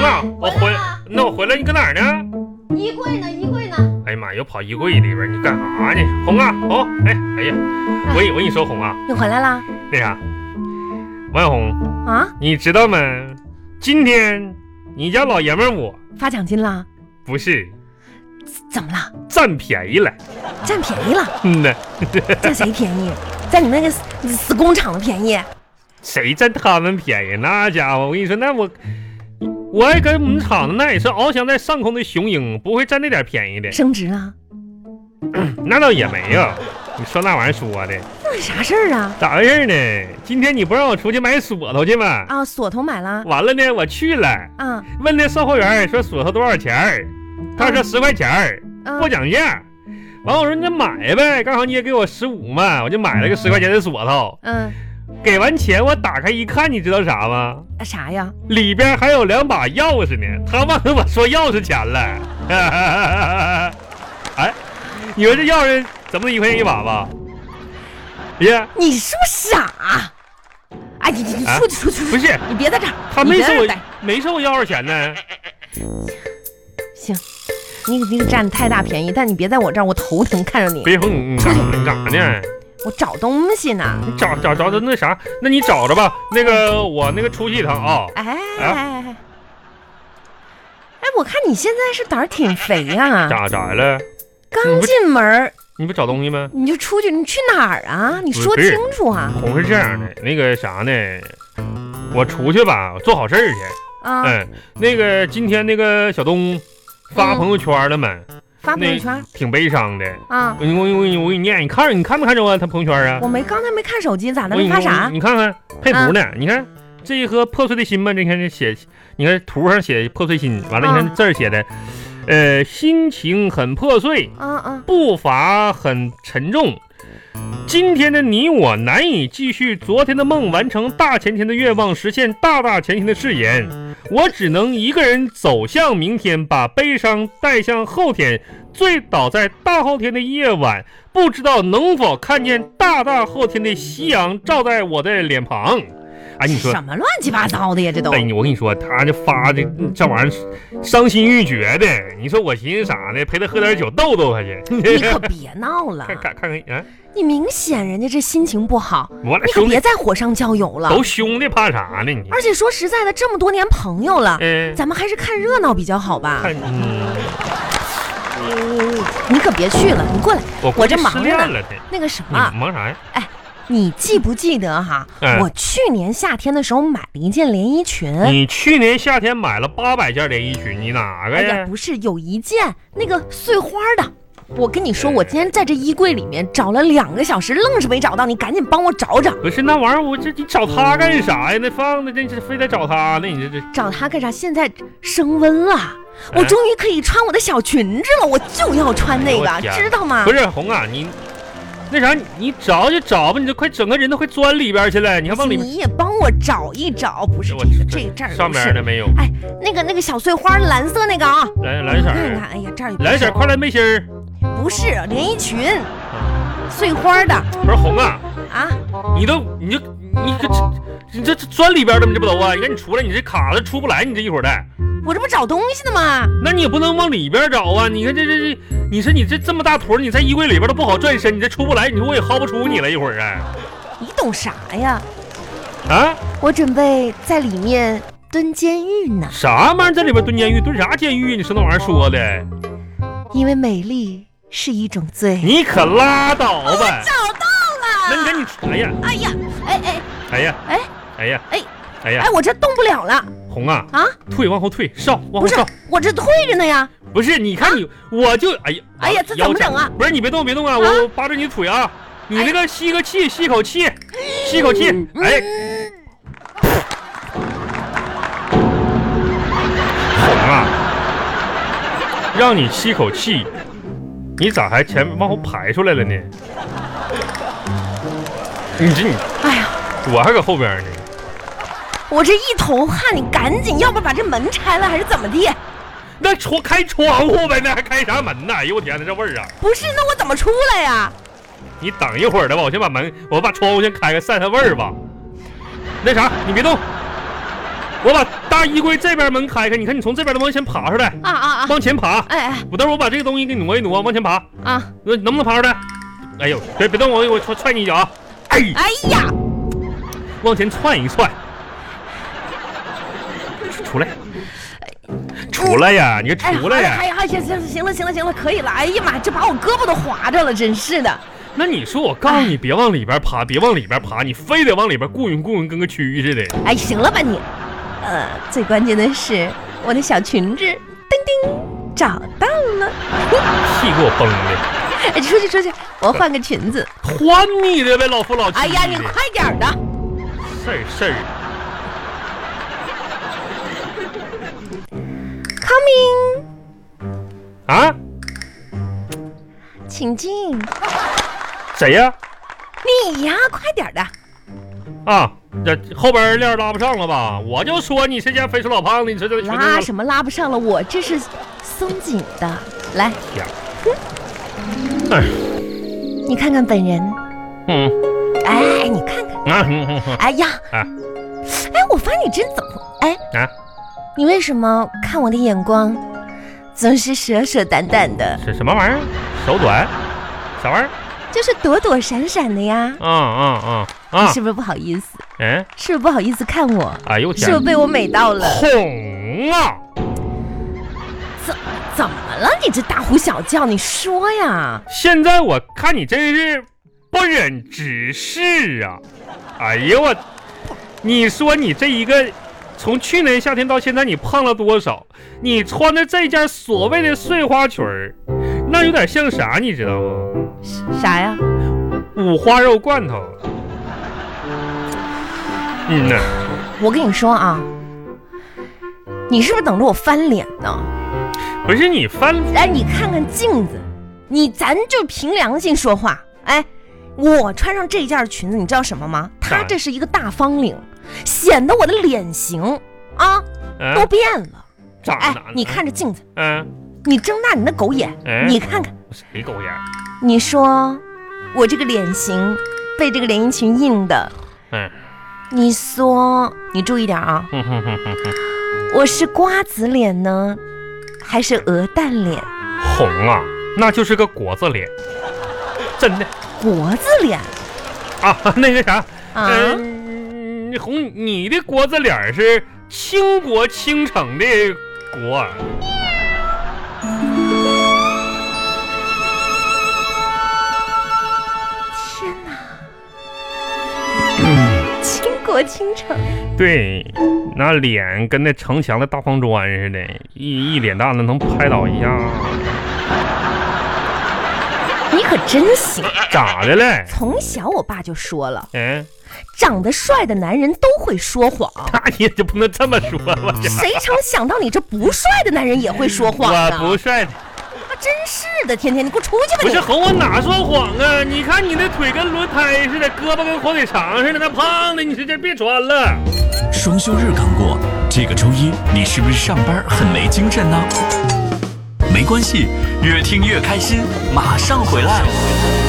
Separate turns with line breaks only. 啊我
哎回
回
来了，
那我回来你搁哪儿呢？
衣柜呢？衣柜呢？
哎呀妈，又跑衣柜里边儿，你干啥呢？红啊，红，哎，哎呀，我跟你我跟你说，红啊，
你回来啦？
那啥，王小红，
啊，
你知道吗？今天你家老爷们儿我
发奖金啦？
不是
怎么了？
占便宜了，
占便宜了？
嗯呐，
占谁便宜？占你们那个死死工厂的便宜？
谁占他们便宜？那家伙，我跟你说，那我我爱跟我们厂子那也是翱翔在上空的雄鹰，不会占那点便宜的。
升职了？
那倒也没有，你说那玩意儿说的
那有啥事儿啊？
咋回事呢？今天你不让我出去买锁头去吗？
啊，锁头买了
完了呢，我去了，
啊？
问那售货员说锁头多少钱儿，他说十块钱儿，
啊
不讲价。完我说那买呗，刚好你也给我十五嘛，我就买了个十块钱的锁头。
嗯、
给完钱我打开一看，你知道啥吗？
啊啥呀？
里边还有两把钥匙呢，他忘跟我说钥匙钱了。 哎，你说这钥匙怎么得一块钱一把吧？哎呀，
你是不是傻？哎，你你你
啊
出去出去
不
出去！
是，
你别在这儿，
他
你
没
别
收
在这
我
儿待
没收我钥匙钱呢。
行，你你可占太大便宜，但你别在我这儿，我头疼看着你。
别红，你干啥你干啥呢？
我找东西呢。
找找找着那啥，那你找着吧。那个我那个出去一趟啊、
哎哎哎哎哎，我看你现在是胆儿挺肥 呀、
咋咋了？
刚进门儿
你不找东西吗？
你就出去，你去哪儿啊？你
嗯不
说
是
清楚啊！
红是这样的，那个啥呢，我出去吧，做好事儿去。
啊，
嗯，那个今天那个小东发
嗯
朋友圈了没？
发朋友
那
圈
挺悲伤的。
啊，
我我我我给你念，你看你看没看着啊？他朋友圈啊？
我没刚才没看手机，咋的？
我给
没
你
发
我
啥嗯
给你看看佩服呢，你看这一颗破碎的心吧，你看这写，你看图上写破碎心，完了你
啊
看字儿写的，呃，心情很破碎，
啊啊？
步伐很沉重。今天的你我难以继续昨天的梦，完成大前天的愿望，实现大大前天的誓言。我只能一个人走向明天，把悲伤带向后天，醉倒在大后天的夜晚，不知道能否看见大大后天的夕阳照在我的脸庞。哎，你说
什，么乱七八糟的呀？这都
哎，你我跟你说，他这发这这玩意儿，伤心欲绝的。你说我寻思啥呢？陪他喝点酒逗逗他去。
你可别闹了
看，看看看，啊，
你明显人家这心情不好，
我俩
你可
兄弟
别再火上浇油了。
都兄弟，怕啥呢你？
而且说实在的，这么多年朋友了，
嗯、
咱们还是看热闹比较好吧。
看，嗯，
你可别去了，你过来。
我
我
估
这
计
忙
失
着
恋
呢啊嗯
了，他
那个什
你
么，
忙啥呀？
你记不记得哈？
嗯
我去年夏天的时候买了一件连衣裙，
你去年夏天买了八百件连衣裙，你哪个
哎呀，
呀？
不是，有一件那个碎花的。我跟你说，
嗯
我今天在这衣柜里面找了两个小时，愣是没找到，你赶紧帮我找找。
不是那玩意儿，我这你找他干啥呀？那放的这这非得找他呢？你这这
找它干啥？现在升温了，
嗯
我终于可以穿我的小裙子了，我就要穿那
哎呦我
个，
天
知道吗
不？是红啊，你那啥，你你找就找吧，你这快整个人都快钻里边去了，你还往里面？哎
你也帮我找一找，不是
我
这个，
这
这这儿
上
不是
面的没有？
那个那个小碎花，蓝色那个啊，
蓝蓝色
我看
儿，
看，哎呀，这儿有
蓝色儿快乐背心儿。
不是连衣裙，
嗯
碎花的
不是红啊，
啊，
你都你就你这你这这钻里边了吗？你这不都啊？你赶紧出来，你这卡子出不来，你这一会儿的。
我这不找东西呢吗？
那你也不能往里边找啊！你看这这这，你说你这这么大坨，你在衣柜里边都不好转身，你这出不来，你说我也薅不出你了，一会儿啊
你懂啥呀？
啊！
我准备在里面蹲监狱呢，
啥玩意儿在里边蹲监狱？蹲啥监狱？啊你说那玩意儿说的，
因为美丽是一种罪。
你可拉倒
哎
吧！
找
那
到
你
了！
看你，哎呀，
哎呀，哎哎
哎呀，哎
哎，
呀，
哎，
哎呀
哎，，我这动不了了
红啊，
啊！
退，往后退，少，往
不
后
是
少，，
我这退着呢呀。
不是，你看你，我就，哎呀，
啊哎呀这怎么
腰缠
整啊？哎
不是你别动，别动啊，我我扒着你腿啊，你那个吸个气，吸口气，吸口气，哎。
嗯，
疼啊！让你吸口气，你咋还前往后排出来了呢？你这你，
哎呀，
我还搁后边呢。
我这一头汗，你赶紧，要不把这门拆了还是怎么地？
那窗开窗户呗，那还开啥门呢？哎呦我天哪，这味儿啊！
不是，那我怎么出来呀？
你等一会儿的吧，我先把门，我把窗户先开开，散散味儿吧。那啥，你别动，我把大衣柜这边门开开，你看你从这边的往前爬出来，
啊啊啊！
往前爬。
哎哎
我待会儿我把这个东西给你挪一挪，往前爬，
啊！
那能不能爬出来？哎呦，别别动我，我踹踹你一脚啊！哎，
哎呀，
往前窜一窜，出来，出来呀！你
哎，
出来呀！
哎呀，哎呀，行行行了行了行了，可以了。哎呀妈，这把我胳膊都划着了，真是的。
那你说我告诉
啊
你别往里边爬，别往里边爬，你非得往里边雇佣雇佣，跟个蛆似的。
哎，行了吧你？呃，最关键的是我的小裙子，叮叮，找到了。
气给我崩的，
哎，出去出去，我换个裙子。
还你的呗，老夫老妻的。
哎呀，你快点儿的！
事儿事儿，
Coming，
啊，
请进。
谁呀？
你呀，快点儿的。
啊，这后边链拉不上了吧？我就说你这家肥鼠老胖子，你说这全都
拉什么拉不上了？我这是松紧的。来，
天儿。哎，
你看看本人。
嗯，
哎，你看看。
啊，嗯嗯嗯
哎呀，
啊
哎，我发现你真怎么？哎，
啊，
你为什么看我的眼光总是舍舍淡淡的，
是什么玩意儿？手短，啥玩意儿？
就是躲躲闪闪的呀？
啊啊啊
你
啊
是！不是不好意思？
嗯，
是不是不好意思看我？
哎呦我
是
天
不
儿
是，被我美到了？
哦红啊！
怎么了？你这大呼小叫，你说呀？
现在我看你真是不忍直视啊！哎呀我，你说你这一个，从去年夏天到现在，你胖了多少？你穿的这件所谓的碎花裙儿，那有点像啥，你知道吗？
啥呀？
五花肉罐头。嗯呐，
我跟你说啊，你是不是等着我翻脸呢？
不是你翻
哎，你看看镜子，你咱就凭良心说话。哎，我穿上这件裙子，你知道什么吗？它
啥
这是一个大方领，显得我的脸型啊都
啊？
变了。
咋
哎
哪？，
你看着镜子，
嗯、
你睁大你那狗眼，
哎
你看看，
谁狗眼儿？
你说我这个脸型被这个连衣裙印的，
嗯，
你说你注意点啊，
哼嗯哼哼哼哼，
我是瓜子脸呢，还是鹅蛋脸？
红啊，那就是个国字脸，真的。
国字脸
啊，那个啥，
啊？
嗯，哎红，你的国字脸儿是倾国倾城的国啊，
天哪！倾国倾城，
对，那脸跟那城墙的大方砖似的，一一脸大的能拍倒一下，
你可真行！
咋的嘞？
从小我爸就说了，
嗯，
长得帅的男人都会说谎。
那你就不能这么说我这
谁成想到你这不帅的男人也会说谎
我
呢？
不帅的，
啊真是的，天天你给我出去吧
不
你
是！红，我哪说谎啊？你看你那腿跟轮胎似的，胳膊跟火腿肠似的，那胖的，你这这别穿了。
双休日刚过，这个周一你是不是上班很没精神呢？没关系，越听越开心，马上回来。